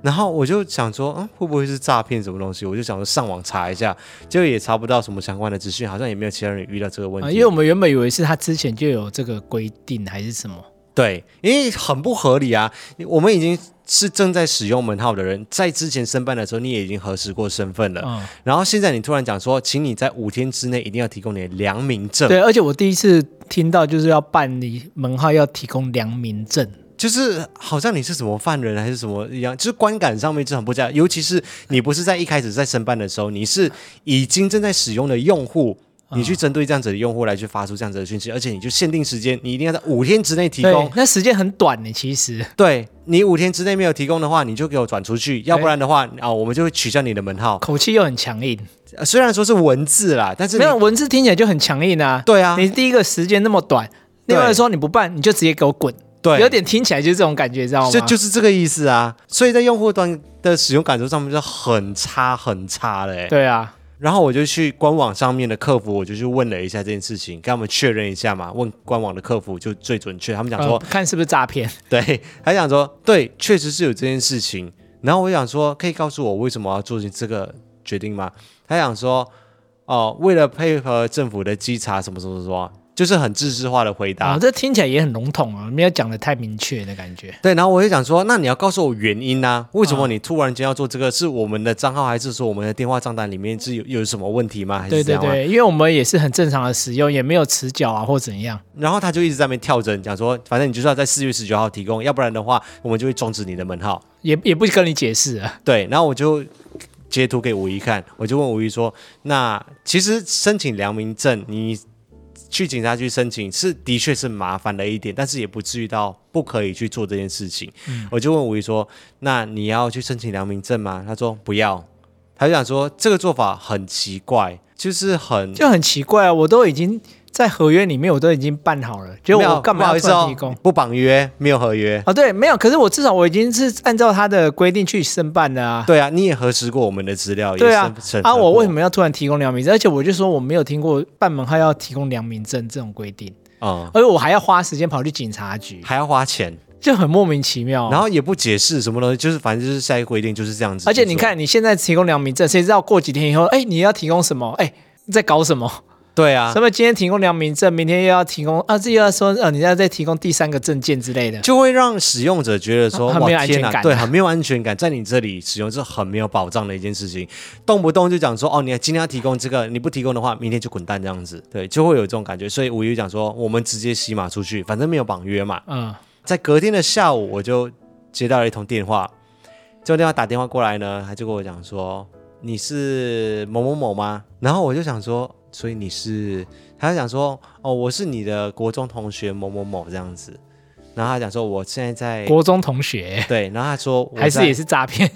然后我就想说，嗯，会不会是诈骗什么东西？我就想说上网查一下，结果也查不到什么相关的资讯，好像也没有其他人遇到这个问
啊、
题。
因为我们原本以为是他之前就有这个规定还是什么，
对，因为很不合理啊！我们已经是正在使用门号的人，在之前申办的时候，你也已经核实过身份了。
嗯
然后现在你突然讲说，请你在五天之内一定要提供你的良民证，
对，而且我第一次听到就是要办理门号要提供良民证，
就是好像你是什么犯人还是什么一样，就是观感上面就很不佳。尤其是你不是在一开始在申办的时候，你是已经正在使用的用户。
啊
你去针对这样子的用户来去发出这样子的讯息，而且你就限定时间，你一定要在五天之内提供
对，。那时间很短呢，其实，
对你五天之内没有提供的话，你就给我转出去，要不然的话啊、我们就会取消你的门 号。
口气又很强硬，
呃虽然说是文字啦，但是
没有
你
文字听起来就很强硬啊。
对啊
你第一个时间那么短，另外说你不办你就直接给我滚，
对
有点听起来就是这种感觉，知道吗？
就就是这个意思啊。所以在用户端的使用感受上面就很差很差欸嘞、
对啊，
然后我就去官网上面的客服，我就去问了一下这件事情，跟他们确认一下嘛。问官网的客服就最准确，他们讲说、
呃看是不是诈骗，
对，他讲说对，确实是有这件事情。然后我想说，可以告诉我为什么要做这个决定吗？他想说，哦、为了配合政府的稽查，什么什么什么，就是很自式化的回答。
啊、这听起来也很笼统啊，没有讲的太明确的感觉。
对，然后我就想说，那你要告诉我原因呐、为什么
嗯
你突然间要做这个？是我们的账号，还是说我们的电话账单里面是有有什么问题吗？还
对
是怎
对
样吗？
对，因为我们也是很正常的使用，也没有持久啊或怎样。
然后他就一直在那边跳针，讲说，反正你就是要在四月十九号提供，要不然的话，我们就会终止你的门号。
也也不跟你解释啊，
对，然后我就截图给吴一看，我就问吴一说：“那其实申请良民证，你去警察局申请是的确是麻烦了一点，但是也不至于到不可以去做这件事情。
嗯
我就问吴一说：“那你要去申请良民证吗？”他说：“不要。”他就想说这个做法很奇怪，就是很
就很奇怪啊！我都已经在合约里面，我都已经办好了，结
没
果
有
我干
不
嘛
好
要
意
突
思
然
哦
提供？啊、，
不绑约，没有合约。
对，没有，可是我至少我已经是按照他的规定去申办的啊。
对啊，你也核实过我们的资料，
对啊
也审审，核
啊，我
过
为什么要突然提供良民证？而且我就说我没有听过办门号要提供良民证这种规定，
嗯，
而且我还要花时间跑去警察局，
还要花钱，
就很莫名其妙。
然后也不解释什么东西，就是反正就是下一个规定就是这样子。
而且你，看，你现在提供良民证，谁知道过几天以后，哎，你要提供什么？哎，你在搞什么？
对啊
什，么今天提供良民证，明天又要提供啊，这又要说呃，你要再提供第三个证件之类的。
就会让使用者觉得说，
很
哇
没有安
天
全
哪，
感
对，很没有安全感，在你这里使用是很没有保障的一件事情，动不动就讲说，哦，你今天要提供这个，你不提供的话，明天就滚蛋这样子，对，就会有这种感觉。所以吴宇讲说，我们直接洗码出去，反正没有绑约嘛。
嗯，
在隔天的下午，我就接到了一通电话，这通电话打电话过来呢，他就跟我讲说你是某某某吗？然后我就想说，所以你是？他就讲说哦，我是你的国中同学某某某这样子。然后他讲说我现在在
国中同学
对，然后他说我
还是
在
也是 诈骗，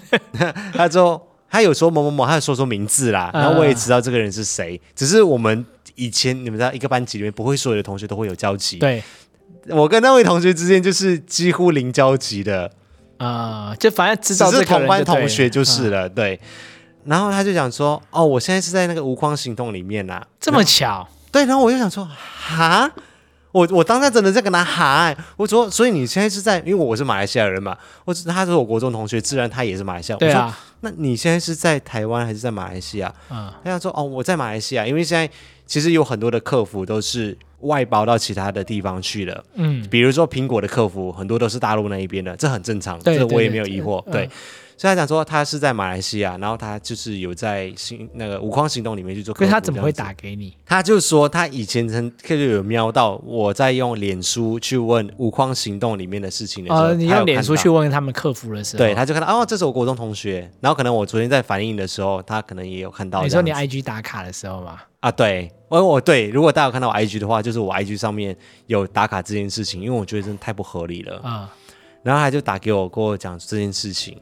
他说他有说某某某，他有说出名字啦，
嗯
然后我也知道这个人是谁，只是我们。以前你们在一个班级里面，不会所有的同学都会有交集。，
对，
我跟那位同学之间就是几乎零交集的。
呃，就反正知
只
道这
是
个人
同班
就对了啊
同学嗯就是了，对。然后他就讲说，哦，我现在是在那个无框行动里面啦、
这么巧，
对，然后我就想说，哈，我我当下真的在跟他哈、欸我说，所以你现在是在，因为我是马来西亚人嘛，我是他是我国中同学，自然他也是马来西亚。
对
我说，
啊，
那你现在是在台湾还是在马来西亚？
嗯，
他想说，哦，我在马来西亚，因为现在其实有很多的客服都是外包到其他的地方去了。
嗯，
比如说苹果的客服很多都是大陆那一边的，这很正常，
对
这
对
我也
对
没有疑惑。
嗯
对，所以他讲说他是在马来西亚，然后他就是有在行那个五框行动里面去做客
可
服。
是他怎么会
这样
打
子？
给你？
他就说他以前曾就有瞄到我在用脸书去问五框行动里面的事情的时候，
呃，你
他有
用脸书
看到
去问他们客服的时候，
对，他就看到哦，这是我国中同学，然后可能我昨天在反应的时候，他可能也有看到这
哦你
样子。
说你 IG 打卡的时候嘛，
啊，对，我我对，如果大家有看到我 IG 的话，就是我 IG 上面有打卡这件事情，因为我觉得真的太不合理了。
嗯，
然后他就打给我，跟我讲这件事情，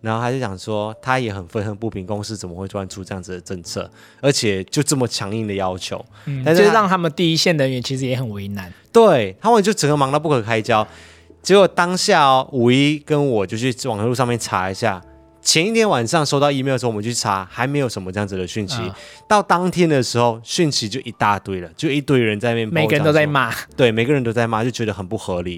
然后他就讲说，他也很愤恨不平，公司怎么会突然出这样子的政策，而且就这么强硬的要求，
嗯
但
就是是
他
让他们第一线人员其实也很为难，
对他们就整个忙到不可开交。结果当下哦，五一跟我就去网络上面查一下，前一天晚上收到 email 的时候，我们去查，还没有什么这样子的讯息。
嗯
到当天的时候，讯息就一大堆了，就一堆人在那边，
每个人都在，骂，
对，每个人都在骂，就觉得很不合理，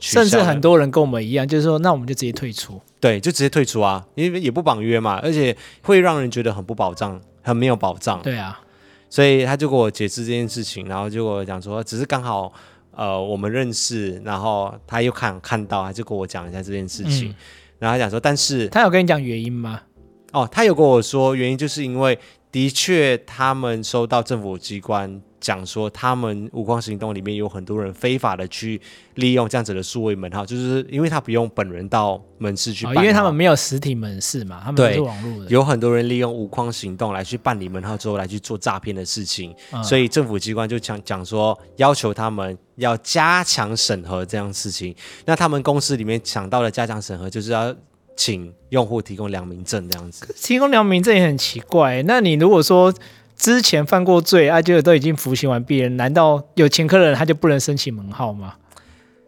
取消
甚至
了
很多人跟我们一样，就是说，那我们就直接退出。
对，就直接退出啊，因为也不绑约嘛，而且会让人觉得很不保障，很没有保障。
对啊，
所以他就跟我解释这件事情，然后就跟我讲说，只是刚好呃我们认识，然后他又看看到，他就跟我讲一下这件事情，
嗯
然后他讲说，但是
他有跟你讲原因吗？
哦，他有跟我说，原因就是因为的确他们收到政府机关讲说，他们无框行动里面有很多人非法的去利用这样子的数位门号，就是因为他不用本人到门市去
哦
办、，
因为他们。没有实体门市嘛，他们都
对
是网络的。
有很多人利用无框行动来去办理门号之后来去做诈骗的事情，
嗯
所以政府机关就讲讲说，要求他们要加强审核这样事情。那他们公司里面想到的加强审核，就是要请用户提供良民证这样子。
提供良民这也很奇怪。欸那你如果说之前犯过罪，啊，就都已经服刑完毕了，难道有前科的人他就不能申请门号吗？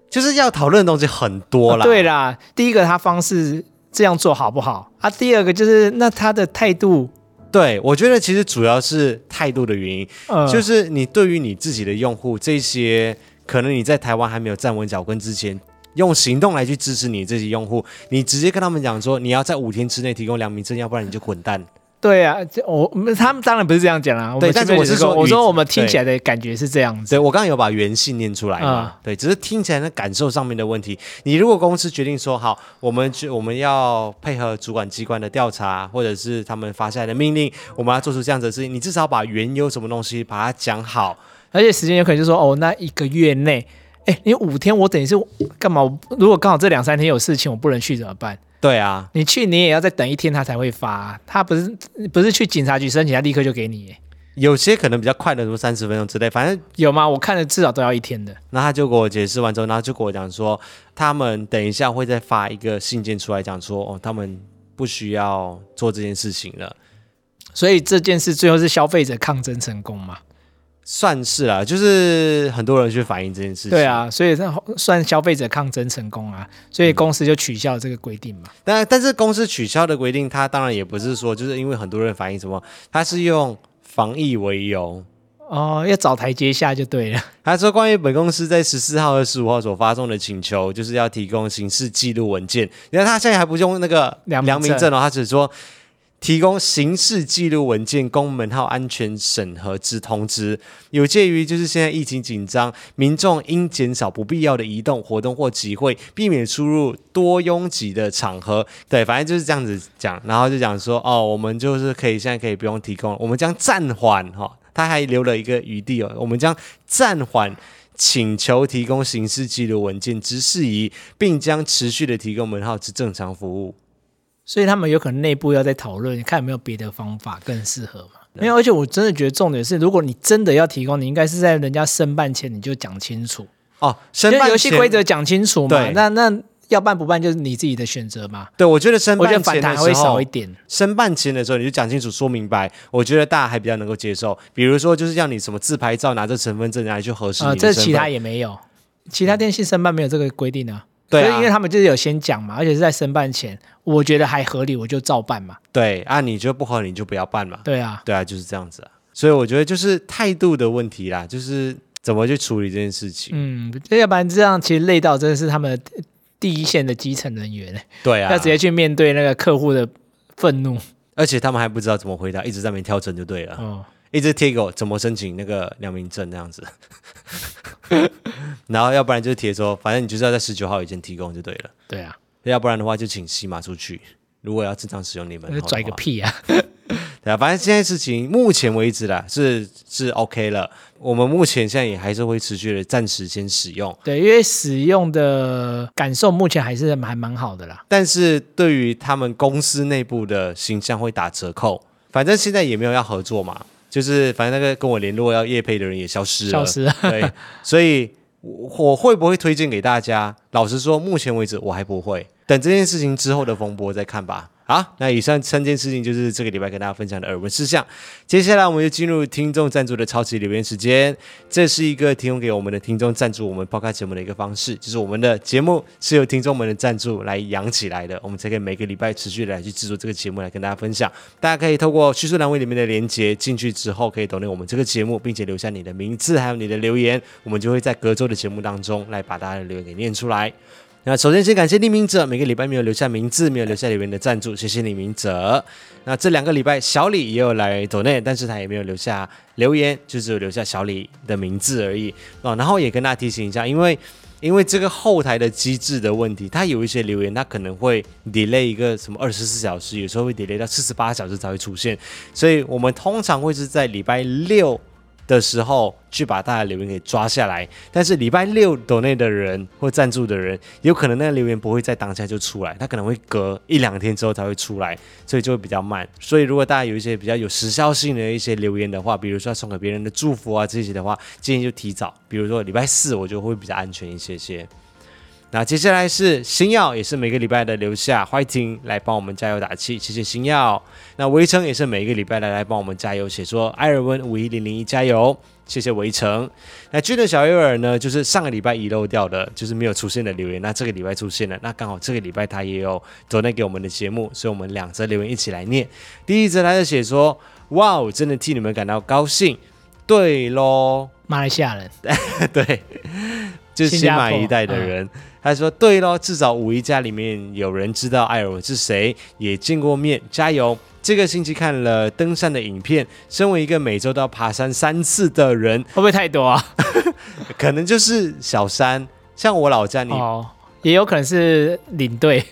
就是要讨论的东西很多啦。
啊对啦，第一个他方式这样做好不好啊？第二个就是那他的态度，
对我觉得其实主要是态度的原因，
呃，
就是你对于你自己的用户这些，可能你在台湾还没有站稳脚跟之前。用行动来去支持你这些用户，你直接跟他们讲说，你要在五天之内提供良民证，要不然你就滚蛋。
对啊，这我我们他们当然不是这样讲啦。啊我们
但是
前面
我是
有说，
说
我
语
说我们听起来的感觉是这样子。
对我刚刚有把原信念出来嘛，对，只是听起来那感受上面的问题。你如果公司决定说好，我们决我们要配合主管机关的调查，或者是他们发下来的命令，我们要做出这样子的事情，你至少把原有什么东西把它讲好，
而且时间有可能就说，哦，那一个月内，哎，你五天，我等于是干嘛？我如果刚好这两三天有事情，我不能去怎么办？
对啊，
你去你也要再等一天，他才会发啊、他不是不是去警察局申请，他立刻就给你耶，
有些可能比较快的，什么三十分钟之类，反正
有吗？我看了至少都要一天的。
那他就给我解释完之后，然后就跟我讲说，他们等一下会再发一个信件出来，讲说哦，他们不需要做这件事情了。
所以这件事最后是消费者抗争成功嘛？
算是啦、就是很多人去反映这件事情。
对，啊，所以他算消费者抗争成功啊，所以公司就取消这个规定嘛。
但但是公司取消的规定，他当然也不是说就是因为很多人反映什么，他是用防疫为由，
哦，要找台阶下就对了。
他说，关于本公司在十四号和十五号所发送的请求，就是要提供刑事记录文件。你看他现在还不用那个
良民证
良民证哦，他只说提供刑事记录文件供门号安全审核之通知，有介于就是现在疫情紧张，民众应减少不必要的移动活动或集会，避免出入多拥挤的场合。对，反正就是这样子讲，然后就讲说哦，我们就是可以现在可以不用提供了，我们将暂缓哈、哦，他还留了一个余地哦，我们将暂缓。请求提供刑事记录文件之事宜，并将持续的提供门号之正常服务。
所以他们有可能内部要再讨论，看有没有别的方法更适合嘛？没有，而且我真的觉得重点是，如果你真的要提供，你应该是在人家申办前你就讲清楚，
哦，申
就
办
游戏
前
规则讲清楚嘛。
对
那那要办不办就是你自己的选择嘛。
对，我觉得申
我
办
觉得
前
反
的
弹
时
会
候
少一，点。
申办前的时候你就讲清楚、说明白，我觉得大家还比较能够接受。比如说，就是要你什么自拍照，拿着身份证拿来去核实你
呃，
的
这
身份。
其他也没有，其他电信申办没有这个规定啊。
对
所以
啊
因为他们就是有先讲嘛，而且是在申办前，我觉得还合理，我就照办嘛。
对啊，你觉得不合理你就不要办嘛。
对啊，
对啊，就是这样子啊。所以我觉得就是态度的问题啦，就是怎么去处理这件事情。
嗯，这要不然这样其实累到真的是他们的第一线的基层人员、
对啊，
要直接去面对那个客户的愤怒。
而且他们还不知道怎么回答，一直在那边跳针就对了，
哦，
一直贴给我怎么申请那个良民证这样子。 然后要不然就是贴说，反正你就是要在十九号以前提供就对了。
对啊，
要不然的话就请西马出去。如果要正常使用你们
那，拽个！屁啊！
对啊，反正现在事情目前为止啦，是是 OK 了。我们目前现在也还是会持续的暂时先使用，
对，因为使用的感受目前还是还蛮好的啦。
但是对于他们公司内部的形象会打折扣。反正现在也没有要合作嘛，就是反正那个跟我联络要业配的人也消失了，
消失了
对，所以我我会不会推荐给大家？老实说，目前为止我还不会。等这件事情之后的风波再看吧。好，那以上三件事情就是这个礼拜跟大家分享的耳闻事项。接下来我们就进入听众赞助的超级留言时间，这是一个提供给我们的听众赞助我们报刊节目的一个方式，就是我们的节目是由听众们的赞助来养起来的，我们才可以每个礼拜持续地来去制作这个节目来跟大家分享。大家可以透过叙述栏位里面的连接进去之后，可以 d o 我们这个节目，并且留下你的名字还有你的留言，我们就会在隔周的节目当中来把大家的留言给念出来。那首先先感谢匿名者，每个礼拜没有留下名字、没有留下留言的赞助，谢谢匿名者。那这两个礼拜小李也有来抖内，但是他也没有留下留言，就只有留下小李的名字而已哦。然后也跟大家提醒一下，因为因为这个后台的机制的问题，它有一些留言，它可能会 delay 一个什么二十四小时，有时候会 delay 到四十八小时才会出现，所以我们通常会是在礼拜六的时候去把大家留言给抓下来，但是礼拜六抖内的人或赞助的人，有可能那个留言不会在当下就出来，他可能会隔一两天之后才会出来，所以就会比较慢。所以如果大家有一些比较有时效性的一些留言的话，比如说要送给别人的祝福啊这些的话，建议就提早，比如说礼拜四，我觉得会比较安全一些些。那接下来是星耀，也是每个礼拜的留下 fighting 来帮我们加油打气，谢谢星耀。那围城也是每一个礼拜来来帮我们加油，写说艾尔文五一零零一加油，谢谢围城。那军的小诱饵呢，就是上个礼拜遗漏掉的，就是没有出现的留言，那这个礼拜出现了，那刚好这个礼拜他也有昨天给我们的节目，所以我们两则留言一起来念。第一则他就写说，哇哦，真的替你们感到高兴。对喽，
马来西亚人，
对，就是新马一代的人。他说：“对咯，至少五一家里面有人知道艾尔文是谁，也见过面，加油！这个星期看了登山的影片，身为一个每周都要爬山三次的人，
会不会太多啊？
可能就是小山。像我老家你，
哦，也有可能是领队，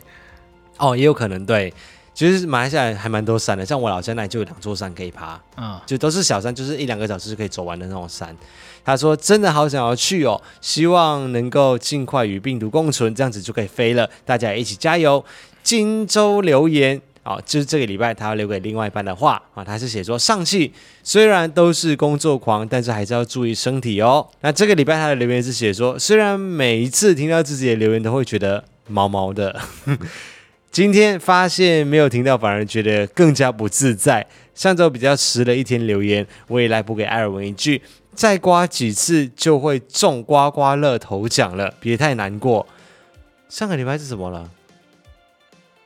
哦，也有可能对。其实马来西亚还蛮多山的，像我老家那里就有两座山可以爬，
嗯，
就都是小山，就是一两个小时就可以走完的那种山。他说：“真的好想要去哦，希望能够尽快与病毒共存，这样子就可以飞了。大家也一起加油！”荆州留言啊、哦就是这个礼拜他要留给另外一半的话啊，他是写说：“上汽虽然都是工作狂，但是还是要注意身体哦。”那这个礼拜他的留言是写说：“虽然每一次听到自己的留言都会觉得毛毛的。” 今天发现没有听到，反而觉得更加不自在。上周比较迟了一天留言，我也来补给艾尔文一句：再刮几次就会中刮刮乐头奖了，别太难过。上个礼拜是怎么了？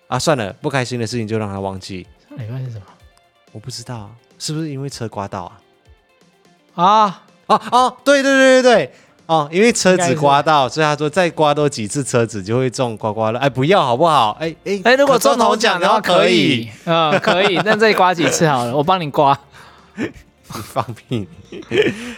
啊，算了，不开心的事情就让他忘记。
上礼哦哎拜是什么
我不知道是不是因为车刮到啊？
啊？
哦哦，对对对对对，哦，因为车
应该
子
是
刮到，所以他说再刮多几次车子就会中刮刮乐。哎，不要好不好？哎哎
哎，如果中头奖的话可以，嗯，可 以，那再刮几次好了，我帮你刮。
你 放屁！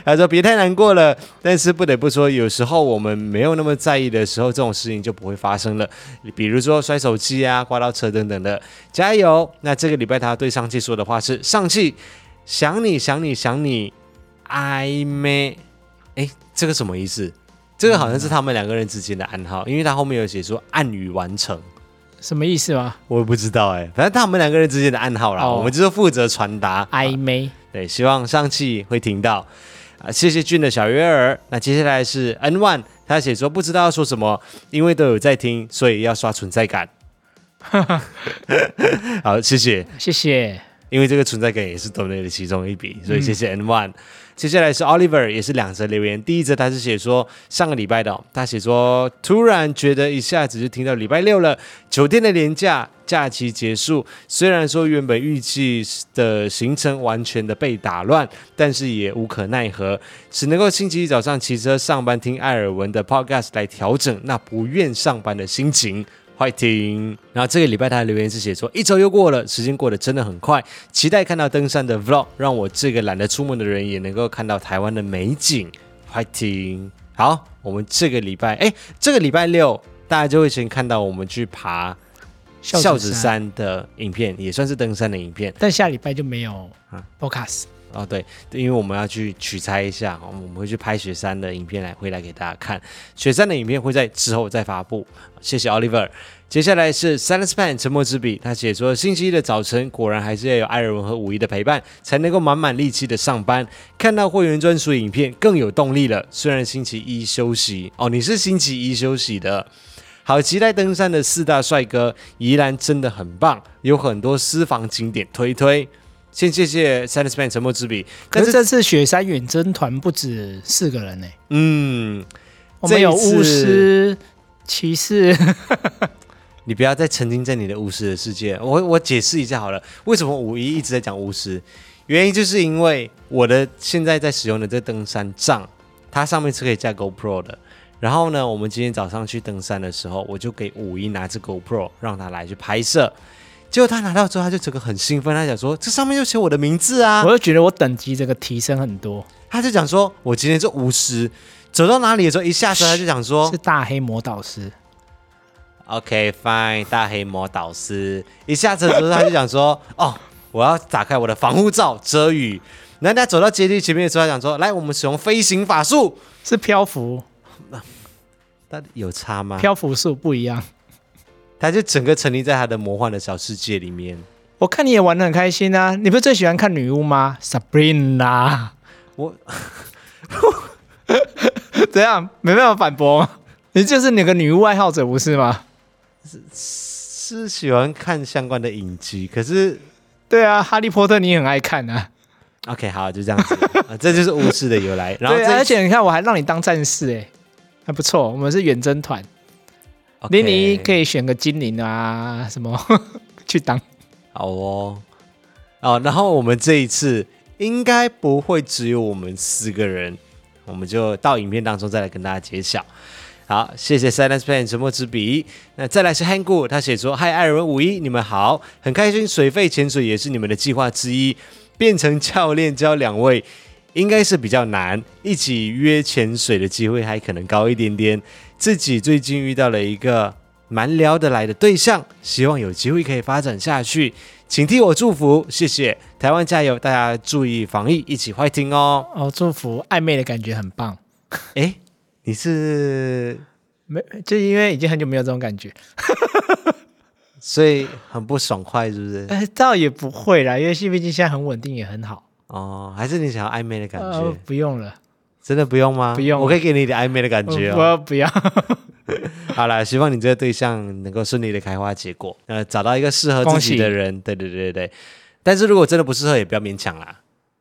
他说别太难过了，但是不得不说，有时候我们没有那么在意的时候，这种事情就不会发生了。比如说摔手机啊、刮到车等等的，加油！那这个礼拜他对上汽说的话是：上汽想你想你想你，暧昧。哎，这个什么意思？这个好像是他们两个人之间的暗号，因为他后面有写说暗语完成。
什么意思啊吗？
我也不知道哎、反正他们两个人之间的暗号啦，
哦
我们就是负责传达
暧昧，
对，希望上汽会听到。啊，谢谢俊的小月儿。那接下来是 N One，他写说不知道要说什么，因为都有在听，所以要刷存在感。好，谢谢，
谢谢。
因为这个存在感也是 d o n a 的其中一笔，所以谢谢 N One。接下来是 Oliver，也是两则留言。第一则他是写说上个礼拜的哦、他写说突然觉得一下子就听到礼拜六了，酒店的年假假期结束，虽然说原本预计的行程完全的被打乱，但是也无可奈何，只能够星期一早上骑车上班听艾尔文的 podcast 来调整那不愿上班的心情。欢迎。然后这个礼拜他的留言是写说，一周又过了，时间过得真的很快，期待看到登山的 vlog，让我这个懒得出门的人也能够看到台湾的美景。欢迎。好，我们这个礼拜，哎，这个礼拜六大家就会先看到我们去爬孝子，山的影片，也算是登山的影片
但下礼拜就没有
啊
podcast，
哦。对，因为我们要去取材一下，我们会去拍雪山的影片来回来给大家看。雪山的影片会在之后再发布。谢谢 Oliver。接下来是 Silence Pen 沉默之笔，他写说：星期一的早晨，果然还是要有艾尔文和五一的陪伴，才能够满满力气的上班。看到会员专属影片更有动力了。虽然星期一休息，哦，你是星期一休息的。好期待登山的四大帅哥，宜兰真的很棒，有很多私房景点推推。先谢谢 s a n d s m a n 沉默之笔，
可
但
是
是
这次雪山远征团不止四个人呢、
嗯，
我们有
这一次
巫师、骑士，
你不要再沉浸在你的巫师的世界。我我解释一下好了，为什么五一一直在讲巫师？原因就是因为我的现在在使用的这登山杖，它上面是可以架 GoPro 的。然后呢，我们今天早上去登山的时候，我就给五一拿着 GoPro 让他来去拍摄。结果他拿到之后，他就整个很兴奋，他讲说：“这上面就写我的名字啊！”
我就觉得我等级这个提升很多，
他就讲说：“我今天是巫师。”走到哪里的时候，一下车他就讲说
是大黑魔导师。
OK fine，大黑魔导师一下车之后，他就讲说：“ 哦，我要打开我的防护罩遮雨。”然后他走到阶梯前面的时候，他讲说：“来，我们使用飞行法术。
是漂浮，”
但有差吗？
漂浮术不一样。
他就整个沉溺在他的魔幻的小世界里面。
我看你也玩的很开心啊！你不是最喜欢看女巫吗？Sabrina，
我
怎样？没办法反驳吗？你就是那个女巫爱好者不是吗？
是喜欢看相关的影集，可是
对啊，哈利波特你也很爱看啊。
OK 好，就这样子， 啊这就是巫师的由来。然后
对
这一
啊，
期，
而且你看我还让你当战士哎、还不错。我们是远征团，
OK，
妮妮可以选个精灵啊，什么 去当。
好哦，哦，然后我们这一次应该不会只有我们四个人，我们就到影片当中再来跟大家揭晓。好，谢谢 Silence Plan 沉默之笔。那再来是 h a n g u 他写说：“嗨，艾尔文五一，你们好，很开心，水肺潜水也是你们的计划之一，变成教练教两位。”应该是比较难，一起约潜水的机会还可能高一点点。自己最近遇到了一个蛮聊得来的对象，希望有机会可以发展下去，请替我祝福，谢谢。台湾加油，大家注意防疫，一起 fighting 哦。
哦，祝福暧昧的感觉很棒。
诶，你是
没，就因为已经很久没有这种感觉，
所以很不爽快是不是？
哎，倒也不会啦，因为毕竟现在很稳定，也很好。
哦，还是你想要暧昧的感觉？
呃，不用了，
真的不用吗？
不用
我可以给你一点暧昧的感觉哦。
我不要。
好啦，希望你这个对象能够顺利的开花结果，呃，找到一个适合自己的人。对对对对对。但是如果真的不适合，也不要勉强啦。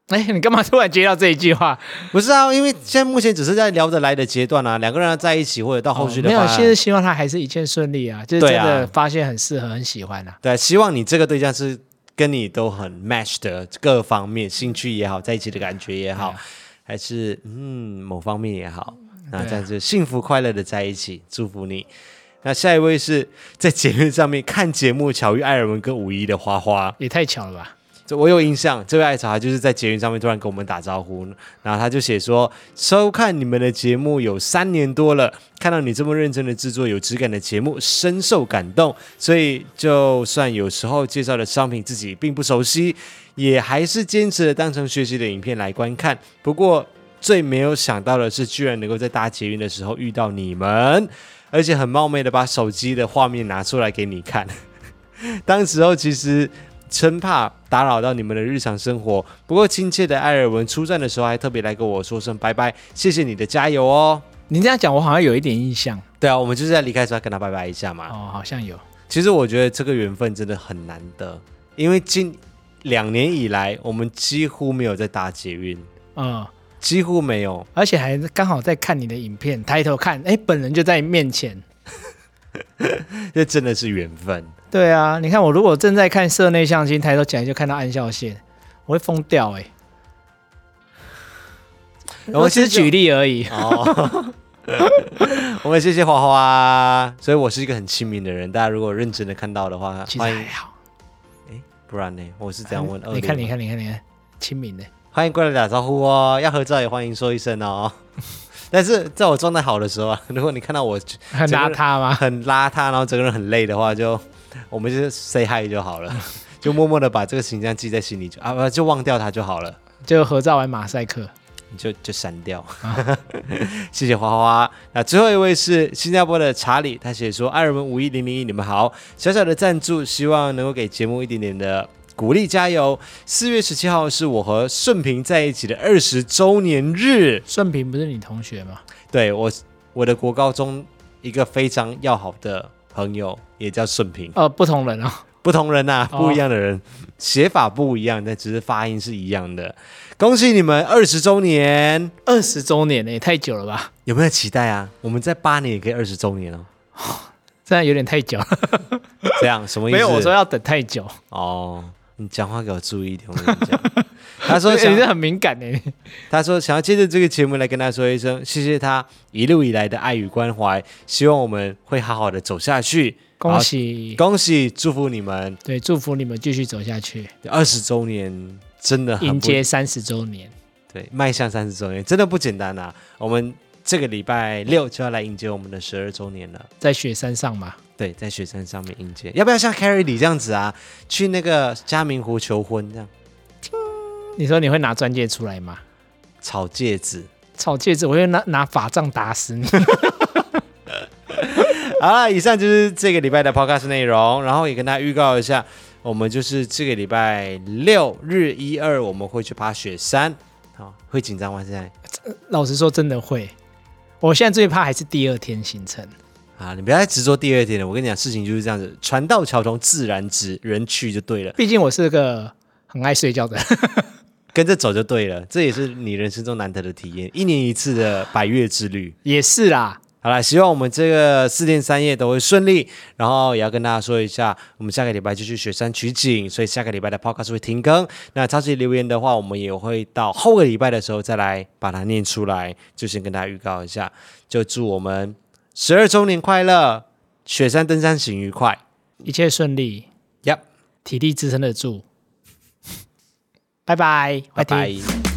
哎，你干嘛突然接到这一句话？
不是啊，因为现在目前只是在聊得来的阶段啊，两个人在一起或者 到后续的
哦没
发
有，
展、
现在希望他还是一切顺利啊，就是
对
真
啊
的发现很适合、很喜欢啊。
对，希望你这个对象是跟你都很 match 的各方面，兴趣也好，在一起的感觉也好，还是嗯某方面也好，那这样就幸福快乐的在一起，祝福你。那下一位是在节目上面看节目巧遇艾尔文跟五一的花花，
也太巧了吧！
这我有印象，这位艾草他就是在捷运上面突然跟我们打招呼，然后他就写说，收看你们的节目有三年多了，看到你这么认真的制作有质感的节目，深受感动，所以就算有时候介绍的商品自己并不熟悉，也还是坚持的当成学习的影片来观看。不过最没有想到的是，居然能够在搭捷运的时候遇到你们，而且很冒昧的把手机的画面拿出来给你看。 当时候其实生怕打扰到你们的日常生活，不过亲切的艾尔文出战的时候还特别来跟我说声拜拜，谢谢你的加油哦。
你这样讲，我好像有一点印象
对啊，我们就是在离开的时候跟他拜拜一下嘛。
哦，好像有。
其实我觉得这个缘分真的很难得，因为近两年以来我们几乎没有在搭捷运，
嗯，
几乎没有。
而且还刚好在看你的影片，抬头看，哎，本人就在你面前。
这真的是缘分。
对啊，你看我如果正在看社内相亲，抬头起来就看到暗笑线，我会疯掉哎、我只是举例而已。
哦， 我们谢谢花花，所以我是一个很亲民的人。大家如果认真的看到的话，
其实
欢
还
迎。
好。哎
不然呢？我哎是这样问。
你看，
恶劣
你
吗
看，你看，你看，亲 民的。
欢迎过来打招呼哦，要合照也欢迎说一声哦。 但是在我状态好的时候啊， 如果你看到我
很邋遢吗？
很邋遢，然后整个人很累的话，就我们就是 say hi 就好了，就默默的把这个形象记在心里就啊不就忘掉它就好了，
就合照完马赛克，
你就就删掉。 谢谢花花。那最后一位是新加坡的查理，他写说：“艾尔文五一零零一，你们好，小小的赞助，希望能够给节目一点点的鼓励，加油！四月十七号是我和顺平在一起的二十周年日。”
顺平不是你同学吗？
对我我的国高中一个非常要好的朋友，也叫顺平，
呃，不 同人哦，
不同人呐、
哦
不一样的人，写法不一样，但只是发音是一样的。恭喜你们二十周年，
二十周年呢，也太久了吧？
有没有期待啊？我们在八年也可以二十周年哦。
现在有点太久了，
这 样什么意思？
没有，我说要等太久。
哦，你讲话给我注意一点，我跟你讲。 他说
你
想
是很敏感欸诶，
他说想要借着这个节目来跟他说一声，谢谢他一路以来的爱与关怀，希望我们会好好的走下去。
恭喜，
恭喜，祝福你们
对，祝福你们继续走下去，
二十周年，真的很不
迎接三十周年。
对迈向三十周年，真的不简单呐、我们这个礼拜六就要来迎接我们的十二周年了。
在雪山上嘛，
对，在雪山上面迎接，要不要像 Carrie 李这样子啊，去那个嘉明湖求婚这样，
你说你会拿钻戒出来吗？
炒戒指？
炒戒指，我会拿拿法杖打死你。
好了，以上就是这个礼拜的 podcast 内容，然后也跟大家预告一下，我们就是这个礼拜六日一二我们会去爬雪山，好，会紧张吗？现在
老实说，真的会。我现在最怕还是第二天行程。
啊，你不要再执着第二天了，我跟你讲，事情就是这样子，船到桥头自然直，人去就对了，
毕竟我是个很爱睡觉的人，
跟着走就对了，这也是你人生中难得的体验，一年一次的百月之旅。
也是啦。
好了，希望我们这个四天三夜都会顺利，然后也要跟大家说一下，我们下个礼拜就去雪山取景，所以下个礼拜的 podcast 会停更。那超级留言的话，我们也会到后个礼拜的时候再来把它念出来，就先跟大家预告一下，就祝我们十二周年快乐，雪山登山行愉快。
一切顺利，
Yep，
体力支撑得住。拜拜，
拜
快听
拜。